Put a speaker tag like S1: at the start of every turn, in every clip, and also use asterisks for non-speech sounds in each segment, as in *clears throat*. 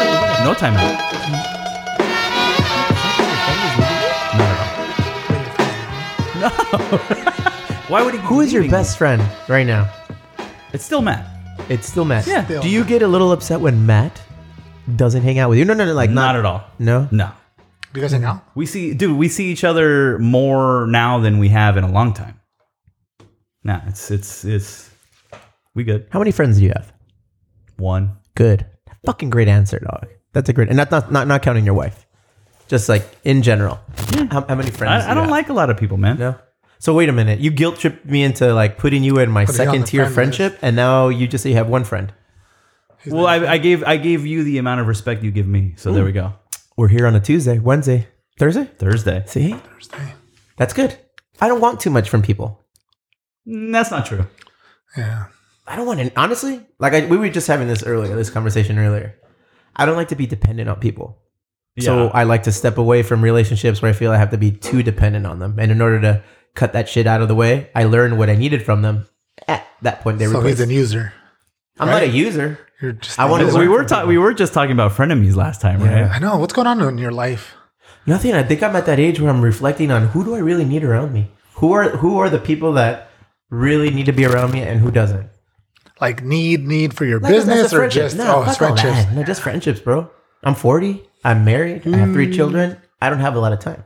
S1: time out. Not at all. No. Why would he? be
S2: Who is your
S1: leaving?
S2: best friend right now?
S1: It's still Matt.
S2: It's still Matt.
S1: Yeah.
S3: Still
S2: Do you get a little upset when Matt doesn't hang out with you? No, no, no. Like
S1: Not at all.
S2: No.
S1: No.
S3: Do you guys hang out?
S1: We see, dude. We see each other more now than we have in a long time. Nah, it's it's it's. We good.
S2: How many friends do you have?
S1: One.
S2: Good. Fucking great answer, dog. That's a great, and not not not, not counting your wife. Just like in general, how, how many friends? do
S1: I, I
S2: you
S1: don't
S2: have?
S1: like a lot of people, man.
S2: No. So wait a minute. You guilt tripped me into like putting you in my
S3: you on the
S2: second tier
S3: friend
S2: friendship, and now you just say you have one friend.
S1: Well, I, I gave I gave you the amount of respect you give me, so there we go.
S2: We're here on a Tuesday, Wednesday, Thursday.
S1: Thursday.
S2: See,
S3: Thursday.
S2: that's good. I don't want too much from people.
S1: Mm, That's not true.
S3: Yeah.
S2: I don't want to honestly. Like I, we were just having this earlier, this conversation earlier. I don't like to be dependent on people. So
S1: Yeah.
S2: I like to step away from relationships where I feel I have to be too dependent on them. And in order to cut that shit out of the way, I learned what I needed from them. At that point, they
S3: So
S2: replaced.
S3: he's an user.
S2: I'm not a user.
S3: You're just.
S2: I
S3: a
S2: wanna-
S3: user.
S1: we were ta- we were just talking about frenemies last time, right?
S3: I know. What's going on in your life?
S2: Nothing. I think I'm at that age where I'm reflecting on who do I really need around me? Who are who are the people that really need to be around me and who doesn't?
S3: Like need need for your
S2: Like, that's a
S3: business or
S2: friendship.
S3: just
S2: no, fuck
S3: oh it's
S2: all that.
S3: friendships.
S2: No, just friendships, bro. I'm 40. I'm married. I have three children. I don't have a lot of time.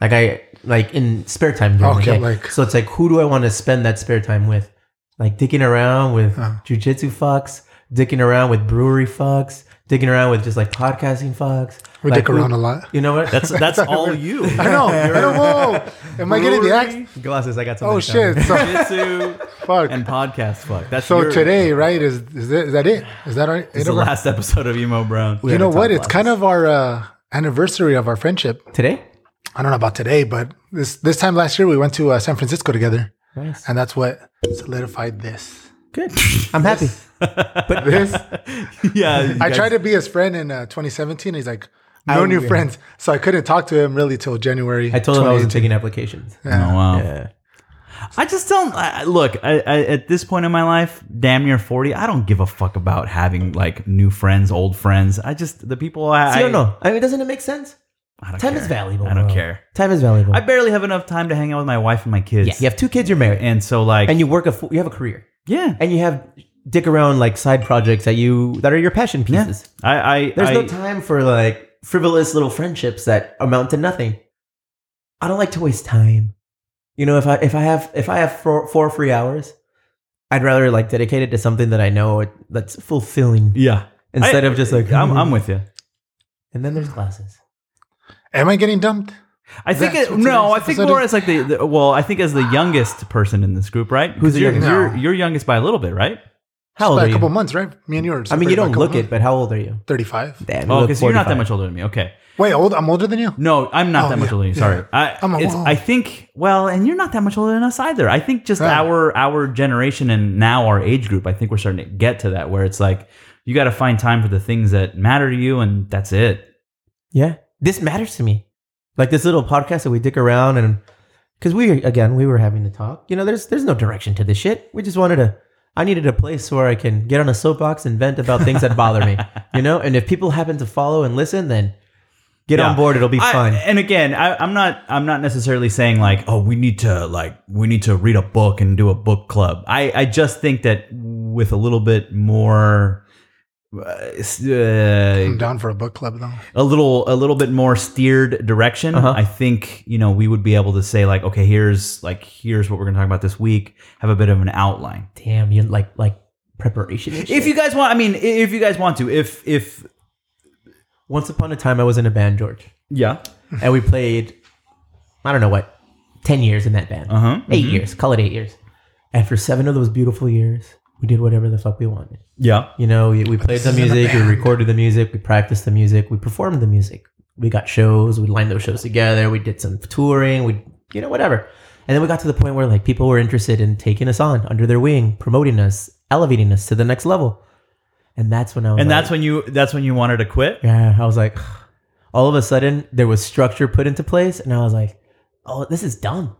S2: Like I like in spare time during
S3: Okay,
S2: the day.
S3: like-
S2: so it's like who do I want to spend that spare time with? Like dicking around with
S3: Oh.
S2: jujitsu fucks, dicking around with brewery fucks, dicking around with just like podcasting fucks.
S3: We
S2: Like,
S3: dick around
S2: who-
S3: a lot.
S2: You know what?
S3: *laughs*
S1: That's that's all you.
S3: I know.
S2: *laughs*
S3: I know. Whoa. Am I getting the
S1: Brewery,
S3: act?
S2: glasses. I got something.
S3: Oh
S2: to tell you.
S3: shit.
S2: *laughs*
S3: So,
S1: jitsu,
S3: fuck.
S1: and podcast fuck. That's
S3: So
S1: your-
S3: today, right? Is is that, is that it? Is that our?
S1: It's the last episode of Emo Brown.
S2: We
S3: you
S2: had
S3: know
S2: a
S3: what?
S2: talk
S3: It's kind of our uh, anniversary of our friendship.
S2: Today?
S3: I don't know about today, but this this time last year we went to uh, San Francisco together,
S2: Nice.
S3: and that's what solidified this.
S2: Good. I'm happy.
S3: *laughs* But this,
S1: *laughs* yeah, you
S3: I
S1: guys-
S3: tried to be his friend in uh, 2017. He's like, no
S2: I-
S3: new
S2: Oh, yeah.
S3: friends, so I couldn't talk to him really till January.
S2: I told him I wasn't
S3: 2018.
S2: taking applications.
S1: Oh, wow.
S2: Yeah.
S1: I just don't I, I- look. I, I, at this point in my life, damn near forty, I don't give a fuck about having like new friends, old friends. I just the people I
S2: So you don't
S1: I,
S2: know. I mean, doesn't it make sense?
S1: I don't
S2: Time
S1: care.
S2: is valuable.
S1: I don't
S2: bro.
S1: care.
S2: Time is valuable.
S1: I barely have enough time to hang out with my wife and my kids.
S2: yeah, you have two kids, you're married, and,
S1: And so like
S2: you work a fu- you have a career,
S1: yeah.
S2: and you have dick around like side projects that you that are your passion
S1: Yeah.
S2: pieces.
S1: I, I
S2: There's
S1: I,
S2: no time for like frivolous little friendships that amount to nothing. I don't like to waste time. You know, if I if I have if I have four, four free hours, I'd rather like dedicate it to something that I know it- that's fulfilling
S1: Yeah.
S2: instead
S1: I-
S2: of just like *laughs*
S1: I'm, I'm with you.
S2: And then there's classes.
S3: Am I getting dumped?
S1: I think
S3: That's
S1: it,
S3: what
S1: no. I
S3: today's
S1: think
S3: episode
S1: more
S3: is.
S1: as like the, the well. I think as the youngest person in this group, right? 'Cause
S2: Who's the
S1: you're,
S2: youngest?
S1: You're,
S3: No.
S1: you're youngest by a little bit, right?
S2: How old
S3: By
S2: are
S3: a couple
S2: you?
S3: months, right? Me and you are.
S2: I mean, you
S3: separated by a
S2: don't
S3: couple
S2: look it,
S3: months.
S2: but how old are you?
S3: Thirty-five.
S2: Damn, you
S1: Oh,
S2: look
S1: because you're not that
S2: 45.
S1: much older than me. Okay.
S3: Wait, old. I'm older than you.
S1: No, I'm not
S3: Oh,
S1: that much
S3: yeah,
S1: older than you.
S3: yeah.
S1: Sorry. I,
S3: I'm a
S1: it's,
S3: wall.
S1: I think, well, and you're not that much older than us either. I think just
S3: Right.
S1: our our generation and now our age group, I think we're starting to get to that where it's like, you got to find time for the things that matter to you, and that's it.
S2: Yeah. This matters to me. Like this little podcast that we dick around and because we again we were having to talk. You know, there's there's no direction to this shit. We just wanted to I needed a place where I can get on a soapbox and vent about things that bother
S1: *laughs*
S2: me. You know? And if people happen to follow and listen, then get
S1: Yeah.
S2: on board, it'll be
S1: I-
S2: fun.
S1: And again, I, I'm not I'm not necessarily saying like, oh, we need to like we need to read a book and do a book club. I I just think that with a little bit more. Uh, s- uh,
S3: I'm down for a book club though.
S1: a little a little bit more steered direction
S2: Uh-huh.
S1: i think you know we would be able to say like okay here's like here's what we're gonna talk about this week have a bit of an outline
S2: Damn, you like like preparation. and shit.
S1: if you guys want i mean i- if you guys want to if if
S2: once upon a time I was in a band, George.
S1: yeah
S2: and we played I don't know what, ten years in that band.
S1: Uh-huh.
S2: 8 years. Call it eight years. And for seven of those beautiful years, we did whatever the fuck we wanted.
S1: yeah
S2: You know, we, we played the
S3: this isn't
S1: *laughs*
S3: a
S2: music, we
S3: band.
S2: recorded the music, we practiced the music, we performed the music. We got shows, we lined those shows together, we did some touring, we, you know, whatever. And then we got to the point where like people were interested in taking us on under their wing, promoting us, elevating us to the next level. And that's when I was
S1: and
S2: like,
S1: that's when you that's when you wanted to quit
S2: yeah, I was like, *sighs* all of a sudden there was structure put into place, and I was like, oh, this is dumb.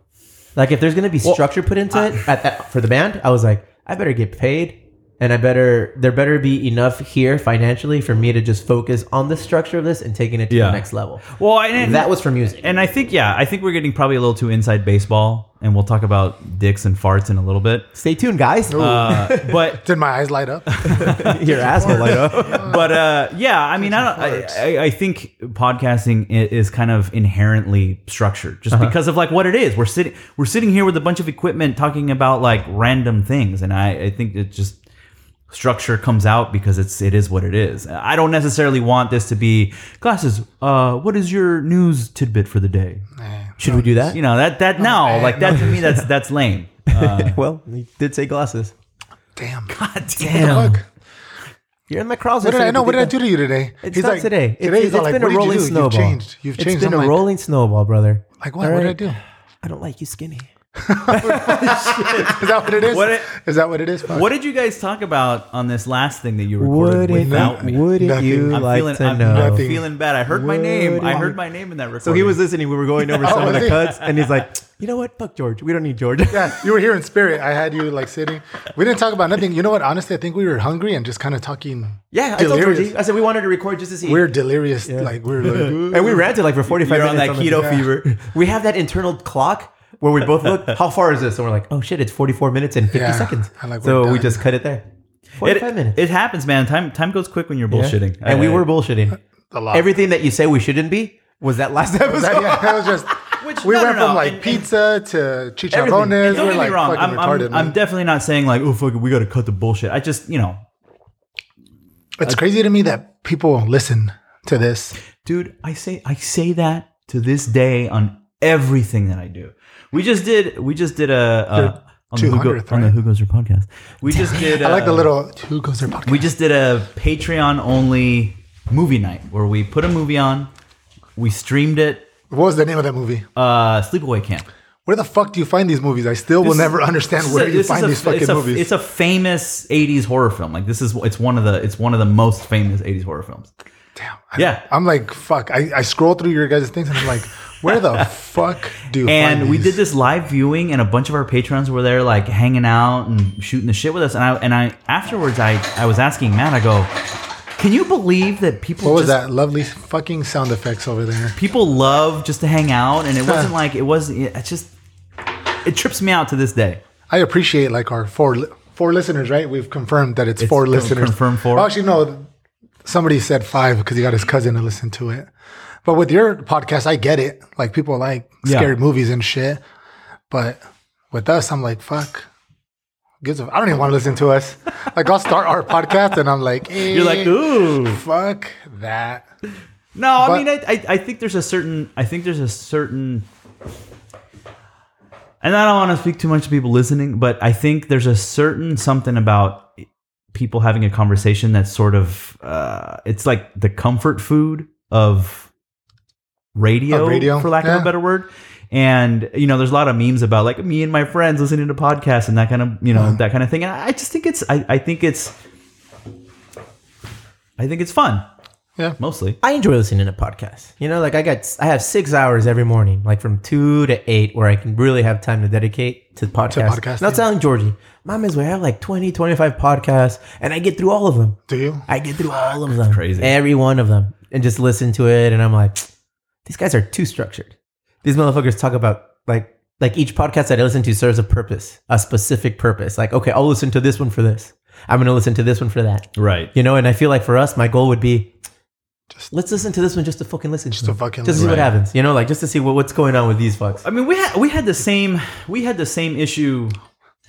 S2: Like if there's gonna be structure put into it at that for the band, I was like, I better get paid and I better there better be enough here financially for me to just focus on the structure of this and taking it to
S1: Yeah.
S2: the next level.
S1: Well, and,
S2: that was for music.
S1: and I think yeah, I think we're getting probably a little too inside baseball, and we'll talk about dicks and farts in a little bit.
S2: Stay tuned, guys.
S1: Uh, but
S3: Did my eyes light up?
S2: *laughs* Your ass will light up.
S1: but uh, yeah, I mean, I don't. I, I, I think podcasting i- is kind of inherently structured, just because of like what it is. We're sitting, we're sitting here with a bunch of equipment talking about like random things, and I, I think it just structure comes out because it's it is what it is. I don't necessarily want this to be glasses. Uh, what is your news tidbit for the day?
S3: Eh.
S2: *laughs* Should we do that?
S1: You know that that no, like that to me that's that's lame.
S2: *laughs* well, he did say glasses.
S3: Damn.
S1: God
S3: Fuck.
S2: You're in my closet.
S3: What did
S2: so
S3: I
S2: you
S3: know?
S2: can
S3: What
S2: do
S3: did I
S2: that.
S3: do to you today?
S2: It's
S3: He's
S2: not
S3: like-
S2: today. It's,
S3: Today he's
S2: it's
S3: all like,
S2: been
S3: what
S2: a
S3: did you
S2: rolling
S3: do?
S2: snowball.
S3: You've changed. You've changed.
S2: It's been
S3: I'm
S2: a
S3: like,
S2: rolling snowball, brother.
S3: Like what? What did I do?
S2: I don't like you skinny.
S3: Is that what it is?
S1: What it-
S3: is that what it is? Fuck.
S1: What did you guys talk about on this last thing that you recorded
S2: Would it,
S1: without me?
S2: would
S3: Nothing.
S2: you
S1: I'm
S2: like
S1: feeling,
S2: to
S1: I'm,
S2: know?
S1: I'm
S3: Nothing.
S1: feeling bad. I heard my
S2: Would
S1: name. I
S2: you-
S1: heard my name in that recording.
S2: So he was listening. We were going
S3: *laughs*
S2: over some of
S3: Oh, was
S2: the
S3: he?
S2: cuts, and he's like, "You know what? Fuck George. We don't need George."
S3: Yeah, you were here in spirit. I had you like sitting. We didn't talk about nothing. You know what? Honestly, I think we were hungry and just kind of talking.
S2: *laughs* Yeah, I told
S3: Delirious.
S2: Georgie. I said we wanted to record just to see.
S3: We're delirious.
S2: *laughs*
S3: Like we we're like,
S2: and we ranted like for 45
S1: You're on
S2: minutes.
S1: that keto
S2: the-
S1: fever.
S2: *laughs* We have that internal clock where we both *laughs* look, how far is this? And we're like, oh shit, it's 44 minutes and 50
S3: Yeah,
S2: seconds.
S3: I like
S2: so
S3: we're
S2: we
S3: done.
S2: just cut it there. 45
S1: It,
S2: minutes.
S1: it happens, man. Time time goes quick when you're
S2: Yeah.
S1: bullshitting.
S2: And we
S1: I-
S2: were bullshitting.
S3: a lot.
S2: Everything that you say we shouldn't be was that last *laughs* episode.
S3: *laughs* That, yeah, it was just.
S1: Which-
S3: we
S1: no, no,
S3: went
S1: no,
S3: from like
S1: and- and-
S3: pizza to
S2: Everything.
S3: chicharrones.
S1: And don't
S3: We're
S1: get
S3: like
S1: me wrong.
S3: fucking
S1: I'm,
S3: retarded.
S1: I'm, I'm
S3: man.
S1: definitely not saying like, oh fuck, it, we got to cut the bullshit. I just, you know,
S3: it's crazy to me that people listen to this.
S1: dude, I say I say that to this day on everything that I do. We just did. We just did a. a on, the Who Go,
S3: 200th,
S1: on the
S3: right?
S1: Who Goes Your podcast. We just did.
S3: I like
S1: a
S3: the little who goes their podcast.
S1: We just did a Patreon only movie night where we put a movie on, we streamed it,
S3: what was the name of that movie?
S1: uh, Sleepaway Camp.
S3: Where the fuck do you find these movies? I still will never understand
S1: This is
S3: where
S1: a-
S3: you
S1: this is
S3: find
S1: a-
S3: these fucking
S1: it's a,
S3: movies.
S1: It's a famous '80s horror film. Like this is it's one of the it's one of the most famous '80s horror films.
S3: Damn.
S1: Yeah.
S3: I, am like, fuck. I, I scroll through your guys' things and I'm like, where
S1: *laughs*
S3: the fuck do you
S1: And
S3: find
S1: we
S3: these?
S1: did this live viewing, and a bunch of our patrons were there, like hanging out and shooting the shit with us. And I and I afterwards, I I was asking Matt, I go, can you believe that people
S3: What was
S1: just
S3: that lovely fucking sound effects over there?
S1: people love just to hang out
S3: *laughs*
S1: and it wasn't like it was it's just it trips me out to this day
S3: I appreciate like our four li- four listeners, right? We've confirmed that it's, four
S1: con-
S3: listeners.
S1: confirmed four.
S3: Actually, no. Somebody said five because he got his cousin to listen to it. But with your podcast, I get it. Like people like
S1: Yeah.
S3: scary movies and shit. But with us, I'm like, fuck. Gives a, I don't even want to listen to us. Like I'll start our podcast and I'm like,
S1: you're like
S3: "Eh,
S1: ooh
S3: fuck that.
S1: no i
S3: But-
S1: mean I, I i think there's a certain i think there's a certain and i don't want to speak too much to people listening but i think there's a certain something about people having a conversation that's sort of uh it's like the comfort food of radio,
S3: Of radio,
S1: for lack of
S3: yeah.
S1: a better word. And you know, there's a lot of memes about like me and my friends listening to podcasts and that kind of you know that kind of thing. And I just think it's I, I think it's I think it's fun.
S3: Yeah.
S1: mostly.
S2: I enjoy listening to podcasts. You know, like I got, I have six hours every morning, like from two to eight, where I can really have time to dedicate to podcasts.
S3: podcasting.
S2: Not telling Georgie, mom is where I have like 20, 25 podcasts, and I get through all of them.
S3: Do you?
S2: I get through all of them.
S1: crazy.
S2: Every one of them. And just listen to it. And I'm like, these guys are too structured. These motherfuckers talk about like like each podcast that I listen to serves a purpose, a specific purpose. Like, okay, I'll listen to this one for this. I'm gonna listen to this one for that.
S1: Right.
S2: You know, and I feel like for us, my goal would be just let's listen to this one just to fucking listen
S3: Just
S2: to
S3: to
S2: it.
S3: fucking
S2: just to see
S3: listen.
S2: what happens. You know, like just to see what, what's going on with these fucks.
S1: I mean, we had we had the same we had the same issue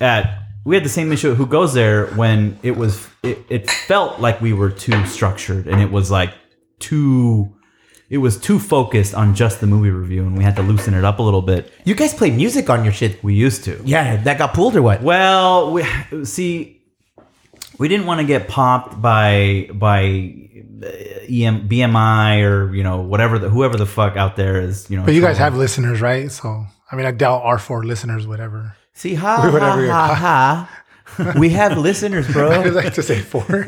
S1: at we had the same issue at Who Goes There when it was it, it felt like we were too structured and it was like too it was too focused on just the movie review and we had to loosen it up a little bit.
S2: You guys play music on your shit.
S1: We used to.
S2: Yeah, that got pulled or what?
S1: Well, we, see, we didn't want to get popped by by uh, EM, BMI or you know whatever the whoever the fuck out there is. You know,
S3: But you guys have listeners, right? So I mean, I doubt our four listeners would ever. *laughs*
S2: See, ha ha
S3: Whatever you're-
S2: ha ha. we
S3: *laughs*
S2: have listeners, bro.
S3: I like to say
S1: *laughs*
S3: four.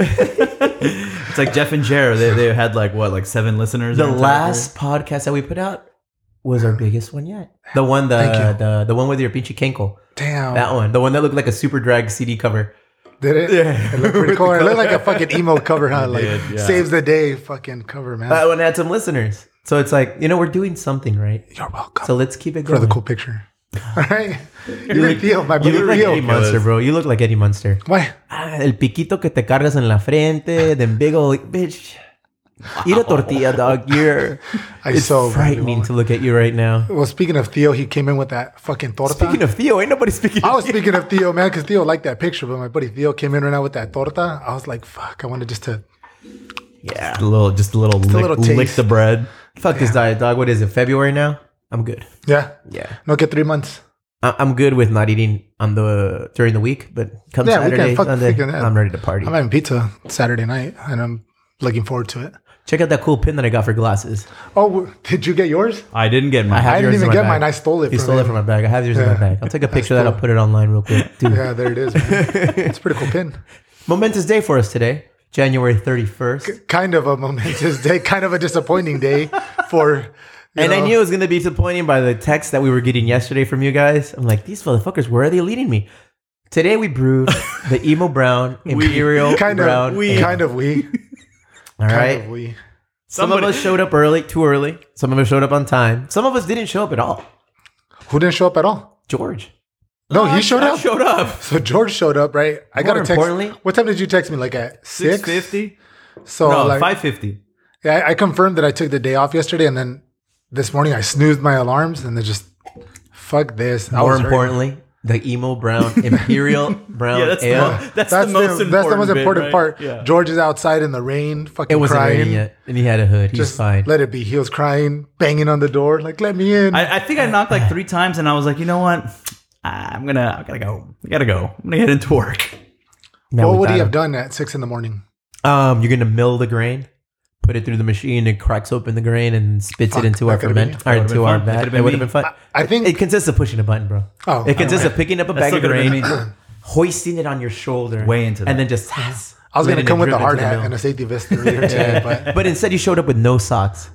S1: It's like Jeff and Jer. They, they had like what like seven listeners.
S2: The
S1: their entire
S2: last podcast that we put out was our biggest one yet. The one the
S3: Thank you.
S2: the, the one with your pinchy kinkle.
S3: Damn.
S2: That one. The one that looked like a super drag CD cover.
S3: Did it?
S2: Yeah.
S3: It looked pretty
S2: With
S3: cool.
S2: the
S3: It looked like a
S2: color.
S3: fucking emo cover, huh? Like
S1: did, yeah.
S3: saves the day fucking cover, man.
S2: I want to add some listeners. So it's like, you know, we're doing something, right?
S3: You're welcome
S2: So let's keep it
S3: for
S2: going.
S3: the cool picture. *laughs* All right. You
S2: look-
S3: reveal my
S2: You look
S3: blue
S2: like Eddie
S3: reveal.
S2: Munster, bro. You look like Eddie Munster.
S3: Why?
S2: Ah, el piquito que te cargas en la frente, then big old bitch. Eat a tortilla, dog. You're
S3: I
S2: it's
S3: so badly
S2: frightening
S3: want-
S2: to look at you right now.
S3: Well, speaking of Theo, he came in with that fucking torta.
S2: Speaking of Theo, ain't nobody speaking.
S3: I
S2: of
S3: was speaking of Theo, man, because Theo liked that picture, but my buddy Theo came in right now with that torta. I was like, fuck, I wanted just to.
S2: yeah.
S1: A little, just a little, lick,
S3: little
S1: lick
S3: taste.
S1: the bread.
S2: Fuck this diet, dog. What is it? February now? I'm good.
S3: Yeah.
S2: Yeah.
S3: No, get three months.
S2: I- I'm good with not eating on the during the week, but come
S3: Yeah, we can
S2: Saturday,
S3: fuck
S2: Sunday,
S3: freaking that.
S2: I'm ready to party.
S3: I'm having pizza Saturday night, and I'm looking forward to it.
S2: Check out that cool pin that I got for glasses.
S3: Oh, w- did you get yours?
S1: I didn't get
S2: I
S1: mine.
S2: have
S3: I
S2: yours
S3: didn't
S2: in
S3: even
S2: my
S3: get
S2: bag.
S3: mine. I stole it.
S2: You
S3: from
S2: stole it
S3: him.
S2: from my bag. I have yours in my
S3: Yeah.
S2: bag. I'll take a picture of that.
S3: cool.
S2: I'll put it online real quick, dude.
S3: Yeah, there it is. Man. it's a pretty cool pin.
S2: Momentous day for us today, January 31st.
S3: Kind of a momentous day. Kind of a disappointing day for. you
S2: and I
S3: know,
S2: knew it was going to be disappointing by the text that we were getting yesterday from you guys. I'm like, these motherfuckers, where are they leading me? Today we brewed
S3: *laughs*
S2: the emo brown imperial
S3: Kind
S2: brown.
S3: of, we,
S2: ale.
S3: kind of we,
S2: all
S3: kind
S2: right.
S3: of we.
S2: Some of us showed up early, too early. Some of us showed up on time. Some of us didn't show up at all.
S3: Who didn't show up at all?
S2: George
S3: No,
S1: Uh,
S3: he showed up.
S2: showed up.
S3: So George showed up, right? I got a text.
S2: importantly-
S3: what time did you text me? Like at six?
S1: Six fifty?
S3: So
S1: No,
S3: like,
S1: five fifty.
S3: yeah, I- I confirmed that I took the day off yesterday, and then this morning I snoozed my alarms, and then just fuck this. I
S2: More
S3: was hurting.
S2: importantly, the emo
S3: *laughs*
S2: brown imperial brown
S1: Yeah, that's the,
S2: ale.
S1: mo- *laughs* that's, the most important.
S3: that's the most important
S1: bit,
S3: part.
S1: right? Yeah.
S3: George is outside in the rain, fucking
S2: It wasn't
S3: crying.
S2: raining yet, and he had a hood. He's
S3: *laughs* Just
S2: fine.
S3: let it be. He was crying, banging on the door, like let me in.
S1: I, I think I knocked like three times, and I was like, you know what? Ah, I'm gonna, I gotta go. I gotta go. I'm gonna get into work.
S2: Now
S3: what
S2: we
S3: would
S2: got
S3: he
S2: him.
S3: have done at six in the morning?
S2: Um, you're gonna mill the grain, put it through the machine, it cracks open the grain and spits
S3: Fuck,
S2: it into
S3: that
S2: our
S3: could've been
S2: ferment
S1: you.
S2: or
S1: That would've been fun. That could've
S2: into our vat.
S1: been
S2: It would have
S1: me.
S2: been fun.
S3: I think.
S2: It consists of pushing a button, bro.
S3: oh,
S2: It consists
S3: alright.
S2: of picking up a
S1: That
S2: bag
S1: still
S2: of
S1: could've
S2: grain,
S1: been-
S3: *clears throat*
S2: hoisting it on your shoulder,
S1: Way into that.
S2: and then just.
S3: I was
S2: letting
S3: gonna
S2: it
S3: come with
S2: drip
S3: a
S2: into
S3: hard
S2: the
S3: hat
S2: mill.
S3: and a safety
S2: *laughs*
S3: vest earlier today, but *laughs*
S2: but instead, you showed up with no socks.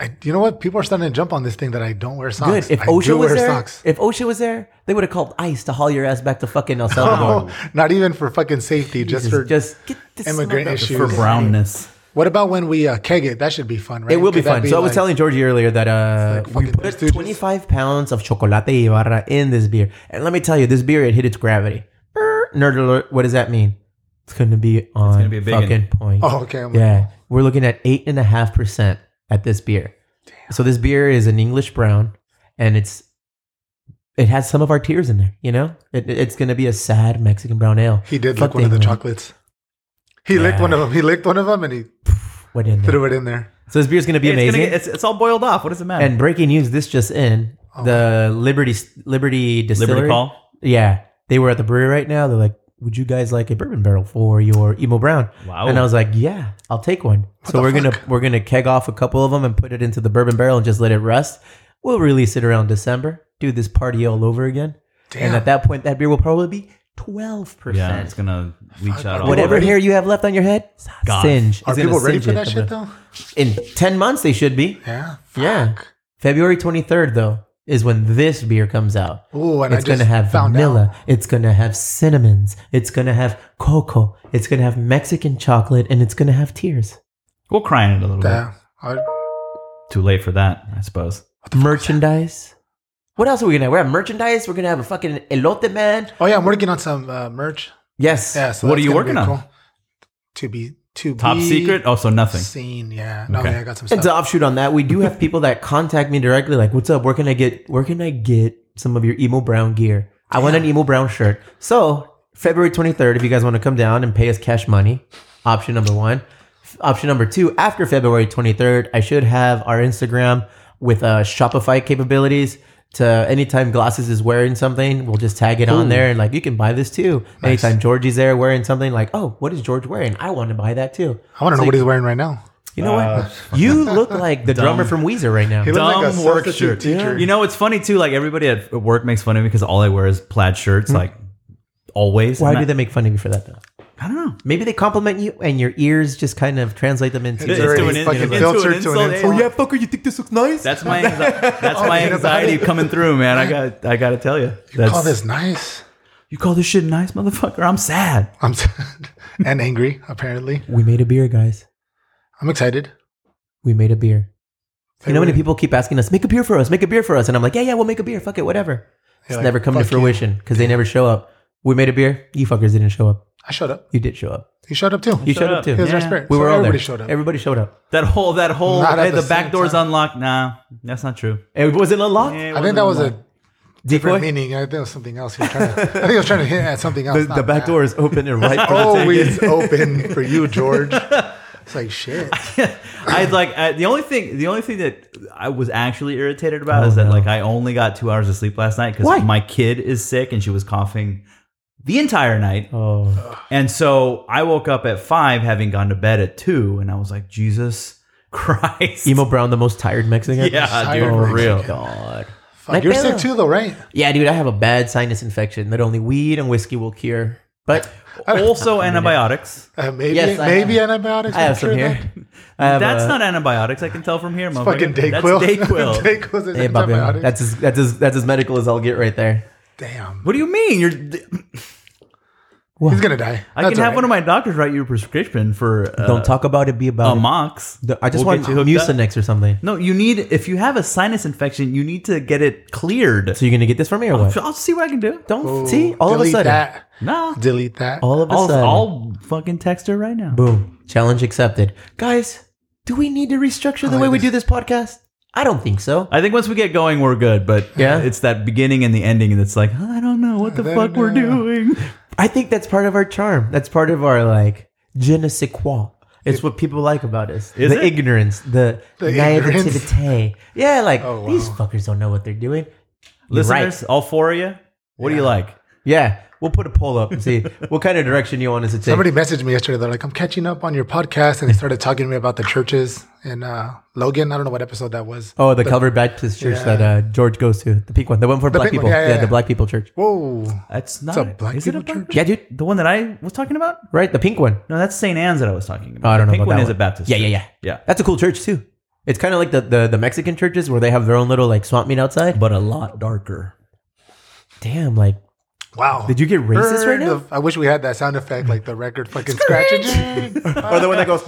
S3: I, you know what? People are starting to jump on this thing that I don't wear socks.
S2: Good. If
S3: I
S2: OSHA
S3: do
S2: was
S3: wear
S2: there,
S3: socks.
S2: if OSHA was there, they would have called ICE to haul your ass back to fucking
S3: *laughs*
S2: El Salvador.
S3: No, not even for fucking safety, just
S2: Jesus,
S3: for.
S2: just get this
S3: immigrant
S2: motherfucker-
S3: issues.
S1: For brownness.
S3: what about when we uh, keg it? That should be fun, right?
S2: It will be
S3: Could that
S2: fun. so I was
S3: like-
S2: telling Georgie earlier that uh,
S3: like
S2: we
S3: fucking
S2: put
S3: Stooges.
S2: 25 pounds of chocolate Ibarra in this beer, and let me tell you, this beer it hit its gravity. Err, Nerd alert! What does that mean? It's going to be on
S1: gonna be a big
S2: fucking point.
S3: Oh, okay. I'm like,
S2: yeah, we're looking at eight and a half percent at this beer. So this beer is an English brown, and it's it has some of our tears in there. You know, it, it's going to be a sad Mexican brown ale.
S3: He did
S2: Fuck
S3: lick one of the
S2: England.
S3: chocolates. He licked
S2: Yeah.
S3: one of them. He licked one of them and he
S2: What in there?
S3: threw it in there.
S2: So this beer is going to be
S1: It's, gonna
S2: amazing.
S1: get- it's, it's all boiled off. What does it matter?
S3: Oh.
S2: And breaking news, this just in: the Liberty Liberty Distillery.
S1: Liberty Call.
S2: Yeah, they were at the brewery right now. They're like, "Would you guys like a bourbon barrel for your emo brown?"
S1: Wow.
S2: And I was like, "Yeah, I'll take one." so
S3: the
S2: we're gonna
S3: fuck?
S2: we're gonna keg off a couple of them and put it into the bourbon barrel and just let it rest. We'll release it around December. Do this party all over again.
S3: Damn.
S2: And at that point, that beer will probably be twelve
S1: Yeah, it's
S2: percent.
S1: gonna leach out all
S2: Whatever
S1: over.
S2: hair you have left on your head,
S1: God.
S2: singe.
S3: Are
S2: It's gonna
S3: people ready
S2: singe
S3: for
S2: it.
S3: that shit though?
S2: In ten months, they should be.
S3: Yeah.
S2: Yeah. February 23rd, though, is when this beer comes out.
S3: Ooh, and
S2: it's
S3: I just
S2: going to have
S3: found
S2: vanilla.
S3: out.
S2: It's going to have cinnamons. It's going to have cocoa. It's going to have Mexican chocolate. And it's going to have tears.
S1: We'll cry in it a little bit.
S3: Damn. I,
S1: Too late for that, I suppose.
S2: Merchandise. What else are we going to have? We're going to have merchandise. We're going to have a fucking elote man.
S3: oh yeah, I'm working on some uh, merch.
S2: Yes.
S3: Yeah. So
S1: What are
S3: that's
S1: you
S3: gonna
S1: working
S3: be
S1: on?
S3: cool. To be to
S1: Top
S3: be
S1: secret. Oh, so nothing.
S3: Seen. Yeah. No,
S1: Okay.
S3: yeah, I got some
S2: It's
S3: stuff.
S2: an offshoot on that. We do have people that contact me directly, like, "What's up? Where can I get? Where can I get some of your emo brown gear? I want an emo brown shirt." So February twenty third, if you guys want to come down and pay us cash money, option number one. F- Option number two, after February twenty third, I should have our Instagram with uh, Shopify capabilities. To anytime glasses is wearing something, we'll just tag it on there and like you can buy this too. Anytime Georgie's there wearing something, like oh, what is George wearing? I want to buy that too.
S3: I want to know what he's wearing right now.
S2: You know what? *laughs* You look like the drummer from Weezer right now.
S3: He looks like a
S1: Dumb work
S3: substitute
S1: shirt.
S3: teacher.
S1: You know, it's funny too. Like everybody at work makes fun of me because all I wear is plaid shirts.
S3: Hmm.
S1: Like always.
S2: Why
S1: And
S2: do they make fun of you for that though?
S1: I, I don't know.
S2: Maybe they compliment you and your ears just kind of translate them into.
S3: It's
S1: It's
S3: already
S1: to an in-
S3: fucking
S1: into an
S3: filtered to
S1: insult,
S3: an
S1: eh?
S3: insult.
S1: Oh, yeah,
S2: fucker, you think this looks nice?
S1: That's my
S3: *laughs* Oh,
S1: anxiety, that's my
S3: forget about
S1: anxiety
S3: it.
S1: coming through, man. I got I got to tell you. That's,
S3: Call this nice.
S1: You call this shit nice, motherfucker? I'm sad.
S3: I'm sad *laughs* and angry. Apparently,
S2: We made a beer, guys.
S3: I'm excited.
S2: We made a beer. You know how many
S3: They're
S2: people keep asking us, make a beer for us, make a beer for us? And I'm like, yeah, yeah, we'll make a beer. Fuck it, whatever. It's
S3: like,
S2: never come to
S3: "Fuck you."
S2: fruition because they never show up. We made a beer. You fuckers didn't show up.
S3: I showed up.
S2: You did show up.
S3: He showed up too.
S2: You showed up,
S1: up.
S3: He
S2: too.
S3: was our
S1: Yeah.
S3: spirit.
S2: We
S3: So
S2: were all
S3: everybody
S2: there.
S3: showed up.
S2: Everybody showed up.
S1: That whole that whole
S3: Not at
S1: hey,
S3: the
S1: the, back
S3: same
S1: door's
S3: time.
S1: unlocked. Nah, that's not true.
S2: It wasn't a lot.
S1: Yeah, it
S3: I think that was
S1: wasn't
S3: a
S2: Decoy.
S3: different meaning. I think it was something else. He was trying to, I think he was trying to hint at something else.
S2: The,
S3: not
S2: the back
S3: that. Oh.
S2: door is open and right
S3: *laughs*
S2: for the taking.
S3: always open for you, George. *laughs* It's
S1: *laughs*
S3: like shit.
S1: I'd like I, the only thing the only thing that I was actually irritated about
S2: Oh,
S1: is that
S2: no.
S1: like I only got two hours of sleep last night
S2: Why?
S1: because my kid is sick and she was coughing the entire night,
S2: Oh,
S1: and so I woke up at five having gone to bed at two, and I was like, Jesus *laughs* Christ,
S2: Emo Brown, the most tired Mexican.
S1: *laughs* yeah, dude,
S3: Tired Oh
S1: for
S3: Mexican.
S1: real.
S2: God.
S3: Fuck, you're sick
S2: Nightmare.
S3: too, though, right?
S2: Yeah, dude, I have a bad sinus infection that only weed and whiskey will cure. But
S1: Also
S2: *laughs*
S1: antibiotics.
S3: Uh, maybe,
S2: Yes, I
S3: maybe antibiotics.
S2: I
S3: will
S2: have some
S3: cure
S2: here.
S1: *laughs*
S2: I have
S1: That's
S2: a-
S1: not antibiotics. I can tell from here,
S3: that.
S1: motherfucker.
S3: Fucking *laughs* Dayquil.
S1: That's Dayquil.
S3: Dayquil's an
S2: Hey, Bobby,
S3: antibiotic.
S2: that's as that's as that's as medical as I'll get right there.
S3: Damn.
S1: What do you mean? You're
S3: He's gonna die.
S1: I can have one of my doctors write you a prescription for uh,
S2: Don't talk about it. Be about
S1: a
S2: it.
S1: mox.
S2: The- I just
S1: We'll
S2: want
S1: get you hooked up.
S2: Mucinex or something.
S1: No, you need if you have a sinus infection, you need to get it cleared.
S2: So you're gonna get this from me or what?
S1: I'll see what I can do.
S2: Don't see all of a sudden.
S3: That.
S1: Nah,
S3: Delete that.
S2: All of a
S1: I'll,
S2: sudden.
S1: I'll fucking text her right now.
S2: boom. Challenge accepted, guys. Do we need to restructure the way we do this podcast? I don't think so.
S1: I think once we get going, we're good. But
S2: Yeah?
S1: it's that beginning and the ending that's like I don't know what the
S3: I
S1: fuck
S3: don't
S1: we're
S3: know.
S1: doing.
S2: I think that's part of our charm. That's part of our like je ne sais quoi. It's what people like about us.
S1: Is
S2: the
S1: it?
S2: ignorance, the,
S3: The ignorance.
S2: naivete. Yeah, like
S3: Oh, wow.
S2: these fuckers don't know what they're doing. You're right.
S1: Listeners, all four of you. What do you like?
S2: Yeah, we'll put a poll up and see what kind of direction you want us to take.
S3: Somebody messaged me yesterday. They're like, "I'm catching up on your podcast," and they started talking to me about the churches in uh, Logan. I don't know what episode that was.
S2: oh, the, Calvary Baptist Church
S3: Yeah.
S2: that uh, George goes to, the pink one, the one for black
S3: pink
S2: people.
S3: one, yeah,
S2: Yeah,
S3: yeah, yeah.
S2: the black people church.
S3: Whoa!
S1: That's not.
S3: a black
S1: is it a
S3: people
S1: black-
S2: Yeah, dude,
S1: The one that I was talking about?
S2: right, the pink one.
S1: No, that's St. Anne's that I was talking about.
S2: Oh, I don't
S1: the
S2: know
S1: pink
S2: about
S1: one
S2: that
S1: is a Baptist.
S2: Yeah, yeah,
S1: church.
S2: yeah,
S1: yeah.
S2: That's a cool church too. It's kind of like the, the the Mexican churches where they have their own little like swamp meet outside.
S1: But a lot darker.
S2: Damn, like
S3: Wow!
S2: did you get racist right now?
S3: I wish we had that sound effect, like the record fucking scratching.
S2: *laughs* or the one that
S3: *laughs*
S2: goes.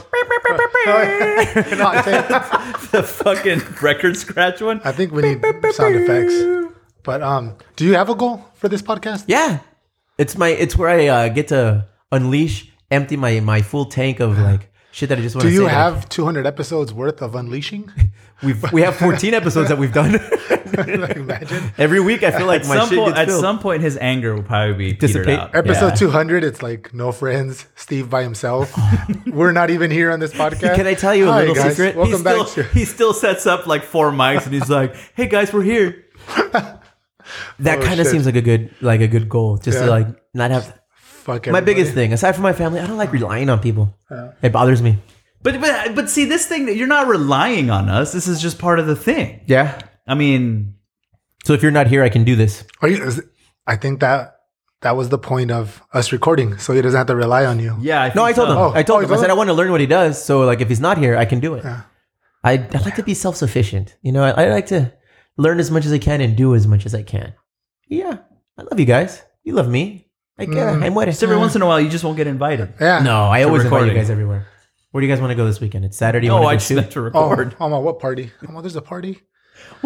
S1: *laughs*
S2: *laughs*
S1: the fucking record scratch one.
S3: I think we need sound effects. But um, do you have a goal for this podcast?
S2: Yeah, it's my it's where I uh, get to unleash, empty my my full tank of like shit that I just want
S3: Do
S2: to. say,
S3: you
S2: like,
S3: have 200 episodes worth of unleashing? *laughs*
S2: we've we have 14 *laughs* episodes that we've done.
S3: Like, Imagine
S2: *laughs* Every week, I feel like
S1: At
S2: my
S1: some
S2: shit
S1: point,
S2: gets
S1: at
S2: filled.
S1: some point, his anger will probably be petered
S2: Dissipate.
S1: out.
S3: episode
S1: Yeah.
S3: 200. It's like no friends, Steve by himself.
S2: *laughs*
S3: We're not even here on this podcast.
S2: Can I tell you a
S3: Hi,
S2: little
S3: guys.
S2: secret?
S1: He
S3: Welcome
S1: still,
S3: back. To,
S2: *laughs*
S1: he still sets up like four mics and he's like, "Hey guys, we're
S2: *laughs*
S1: here."
S2: that
S3: Oh,
S2: kind of
S3: shit.
S2: seems like a good like a good goal, just to
S3: Yeah.
S2: like not have
S3: fuck
S2: my
S3: everybody.
S2: biggest thing aside from my family. I don't like relying on people. It bothers me.
S1: But but but see, this thing that you're not relying on us. This is just part of the thing.
S2: Yeah.
S1: I mean,
S2: So if you're not here, I can do this.
S3: Are you, is- I think that that was the point of us recording, so he doesn't have to rely on you.
S1: yeah. I think
S2: No, I told
S1: so.
S2: him.
S3: Oh.
S2: I told
S3: you
S2: him. I
S3: told
S2: said I
S3: him?
S2: want to learn what he does. So like, if he's not here, I can do it.
S3: Yeah.
S2: I I like to be self sufficient. You know, I, I like to learn as much as I can and do as much as I can. Yeah, I love you guys. You love me. I get
S3: Mm.
S2: it. I'm
S1: Just every once in a while, you just won't get invited.
S3: Yeah.
S2: No, I always invite you
S1: recording.
S2: guys everywhere. Where do you guys want to go this weekend? It's Saturday. You
S1: Oh,
S2: wanna go
S1: I just
S2: shoot?
S1: meant to
S3: Oh,
S1: record.
S3: I'm on what party? I'm on, there's a party.
S1: *laughs*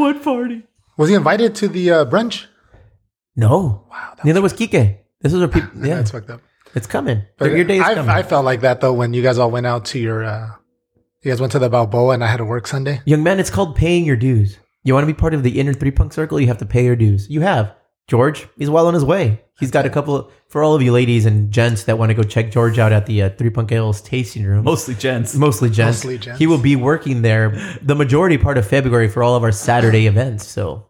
S1: What party?
S3: Was he invited to the uh, brunch?
S2: No.
S3: Wow, that
S2: Neither was Kike. This
S3: *laughs*
S2: was a people. Yeah,
S3: That's fucked up.
S2: it's coming.
S3: But
S2: Your day is
S3: I,
S2: coming.
S3: I felt like that though when you guys all went out to your, uh, you guys went to the Balboa and I had to
S2: *laughs*
S3: work Sunday.
S2: Young man, it's called paying your dues. You want to be part of the inner three punk circle? You have to pay your dues. You have. George, he's well on his way. He's got a couple for all of you ladies and gents that want to go check George out at the uh, Three Punk Ales tasting room.
S1: Mostly gents.
S2: mostly gents.
S3: Mostly gents.
S2: He will be working there the majority part of February for all of our Saturday events. So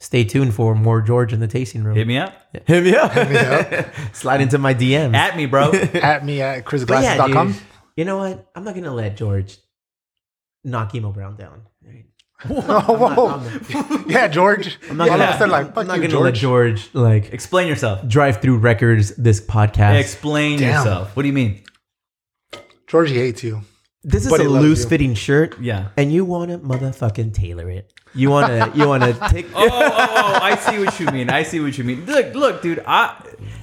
S2: stay tuned for more George in the tasting room.
S1: Hit me up.
S2: Hit me up.
S3: me up.
S2: *laughs* Slide into my DMs.
S1: At me,
S2: *laughs*
S1: bro.
S3: At me at
S2: But yeah,
S3: chrisglasses.com.
S2: dude, you know what? I'm not gonna let George knock Emo Brown down.
S3: *laughs* oh, whoa. *laughs* yeah, George.
S2: *laughs* I'm not
S3: all
S2: gonna,
S3: of a sudden, like,
S2: I'm
S3: fuck
S2: not
S3: you,
S2: gonna let George
S3: George.
S2: like
S1: Explain yourself.
S2: drive through records this podcast.
S1: Explain
S3: Damn.
S1: yourself. What do you mean?
S3: George, he hates you.
S2: this is
S3: But
S2: a
S3: he loves
S2: loose
S3: you.
S2: fitting shirt, *laughs*
S1: Yeah.
S2: and you want to motherfucking tailor it. You want to you
S3: *laughs*
S2: want to take.
S1: oh, oh, oh, I see what you mean. I see what you mean. Look, look, dude. I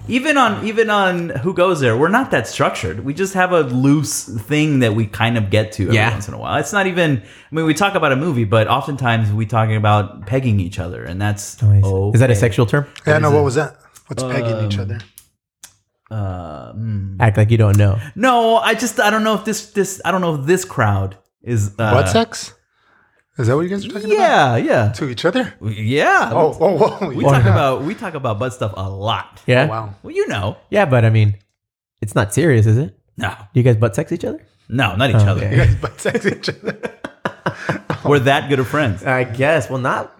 S1: even on even on who goes there, we're not that structured. We just have a loose thing that we kind of get to every
S2: Yeah.
S1: once in a while. It's not even. I mean, we talk about a movie, but oftentimes we talking about pegging each other, and that's oh,
S2: Is Um, that a sexual term?
S3: Yeah, no, what was that? What's pegging each other?
S1: Uh, mm.
S2: Act like you don't know.
S1: No, I just I don't know if this this I don't know if this crowd is uh,
S3: Butt sex? Is that what you guys are talking about?
S2: Yeah, yeah,
S3: To each other?
S1: Yeah.
S3: Oh, oh, whoa.
S1: we talk about we talk about butt stuff a lot.
S2: yeah,
S3: Wow.
S1: Well, you know,
S2: yeah. But I mean, it's not serious, is it?
S1: no,
S2: You guys butt sex each other?
S1: no, not each other.
S2: *laughs*
S3: You guys butt sex each other.
S1: We're that good of
S2: *laughs*
S1: friends.
S2: I guess. Well, not.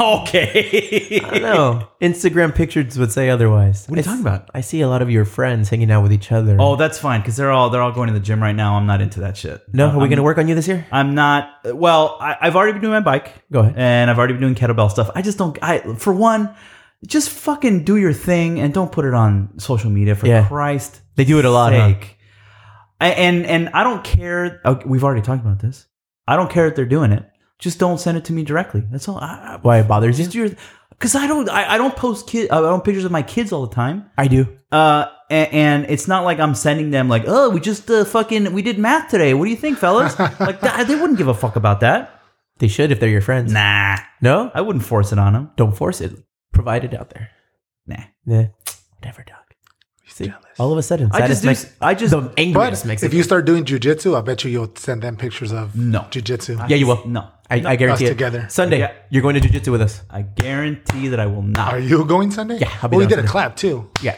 S1: Okay.
S2: I don't *laughs* know. Instagram pictures would say otherwise.
S1: What are you
S2: It's-
S1: talking about?
S2: I see a lot of your friends hanging out with each other.
S1: *laughs* Oh, that's fine because they're all they're all going to the gym right now. I'm not into that shit.
S2: no, are we
S1: I'm-
S2: going to work on you this year?
S1: I'm not. Well, I, I've already been doing my bike.
S2: Go ahead.
S1: And I've already been doing kettlebell stuff. I just don't. I for one, just fucking do your thing and don't put it on social media for
S2: Yeah.
S1: Christ.
S2: They do it a lot, huh?
S1: Sake. I, and and I don't care. okay, we've already talked about this. I don't care if they're doing it. Just don't send it to me directly. That's all. I, I,
S2: Why it bothers you?
S1: just do your. Because I don't. I, I don't post kid. I don't pictures of my kids all the time.
S2: I do.
S1: Uh, a- and, it's not like I'm sending them like, oh, we just uh, fucking we did math today. What do you think,
S2: *laughs*
S1: fellas? like th- they wouldn't give a fuck about that.
S2: They should if they're your friends.
S1: Nah,
S2: No,
S1: I wouldn't force it on them.
S2: don't force it. Provide it out there.
S1: Nah,
S2: Yeah. Whatever, dog. See, all of a sudden,
S1: I just
S2: Sadis
S1: do,
S2: makes,
S1: I just
S2: the angriest
S3: But
S2: makes
S3: if
S2: it.
S3: you start doing jujitsu, I bet you you'll send them pictures of
S1: No.
S3: jujitsu.
S2: yeah, you will.
S1: no.
S2: I, I guarantee
S3: us
S2: it.
S3: together.
S2: Sunday,
S1: Yeah.
S2: you're going to jujitsu with us.
S1: I guarantee that I will not.
S3: Are you going Sunday?
S2: Yeah, I'll be
S3: Well,
S2: down
S3: we did a
S2: Sunday.
S3: clap too.
S2: Yeah.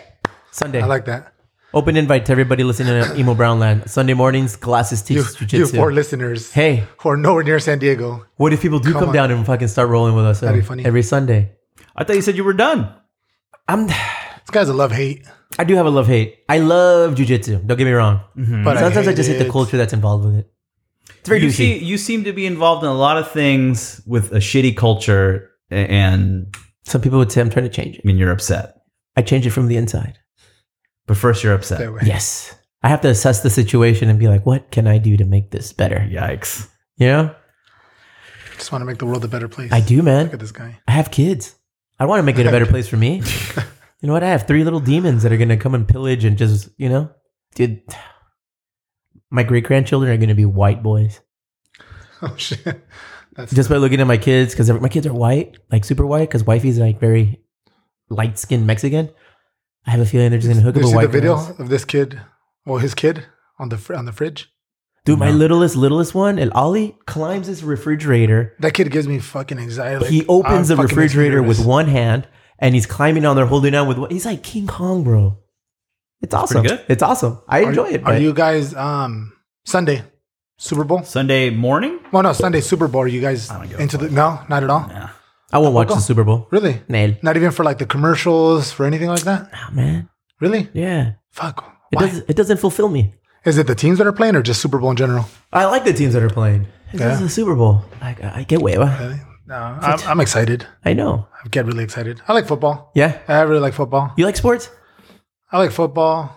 S2: Sunday.
S3: I like that.
S2: Open invite to everybody listening to Emo Brownland. Sunday mornings, classes
S3: You,
S2: teaches
S3: you
S2: jujitsu.
S3: poor listeners
S2: hey,
S3: who are nowhere near San Diego.
S2: what if people do come,
S3: on.
S2: down and fucking start rolling with us
S3: That'd be
S2: uh,
S3: funny.
S2: every Sunday?
S1: I thought you said you were done.
S2: I'm.
S3: This guy's a love hate.
S2: I do have a love hate. I love jujitsu. Don't get me wrong.
S3: But
S2: Sometimes I,
S3: hate
S2: just hate
S3: it.
S2: the culture that's involved with it. It's very
S1: You,
S2: douchey.
S1: see, you seem to be involved in a lot of things with a shitty culture, a- and
S2: Some people would say I'm trying to change
S1: I
S2: it.
S1: mean you're upset.
S2: I change it from the inside.
S1: But first, you're upset.
S3: That way.
S2: Yes. I have to assess the situation and be like, what can I do to make this better?
S1: Yikes.
S2: You know?
S3: Just want to make the world a better place.
S2: I do,
S3: Look at
S2: man.
S3: this guy. *laughs*
S2: I have kids. I want to make it a better place for me. you know what? I have three little demons that are going to come and pillage and just, you know? Dude, my great grandchildren are going to be white boys.
S3: Oh shit. That's
S2: Just by looking at my kids, because my kids are white, like super white, because wifey's like very light skinned Mexican. I have a feeling they're just going to hook
S3: Did
S2: up
S3: you
S2: with
S3: see
S2: white
S3: the video
S2: girls.
S3: of this kid? Well, his kid on the fr- on the fridge.
S2: Dude, my
S1: No.
S2: littlest, littlest one, El Ali, climbs his refrigerator.
S3: That kid gives me fucking anxiety. Like,
S2: he opens
S3: I'm
S2: the
S3: fucking makes me
S2: refrigerator with
S3: nervous.
S2: one hand and he's climbing on there holding on with one. He's like King Kong, bro. It's awesome.
S1: pretty good.
S2: It's awesome. I
S3: Are-
S2: enjoy it.
S3: Are
S2: but-
S3: you guys um Sunday Super Bowl?
S1: Sunday morning.
S3: Well, no, Sunday Super Bowl. Are you guys
S1: don't give a
S3: into the? No, not at all.
S1: Yeah.
S2: I won't watch the
S3: Oh, go.
S2: Super Bowl.
S3: Really?
S2: Nail.
S3: Not even for like the commercials for anything like that.
S2: Nah, man.
S3: Really?
S2: Yeah.
S3: Fuck.
S2: It
S3: Why?
S2: doesn't, it doesn't fulfill me.
S3: Is it the teams that are playing or just Super Bowl in general?
S2: I like the teams that are playing. It's
S3: Yeah.
S2: just the Super Bowl. I, I get hueva.
S3: Really? No, I'm, I'm excited.
S2: I know.
S3: I get really excited. I like football.
S2: Yeah.
S3: I really like football.
S2: You like sports?
S3: I like football.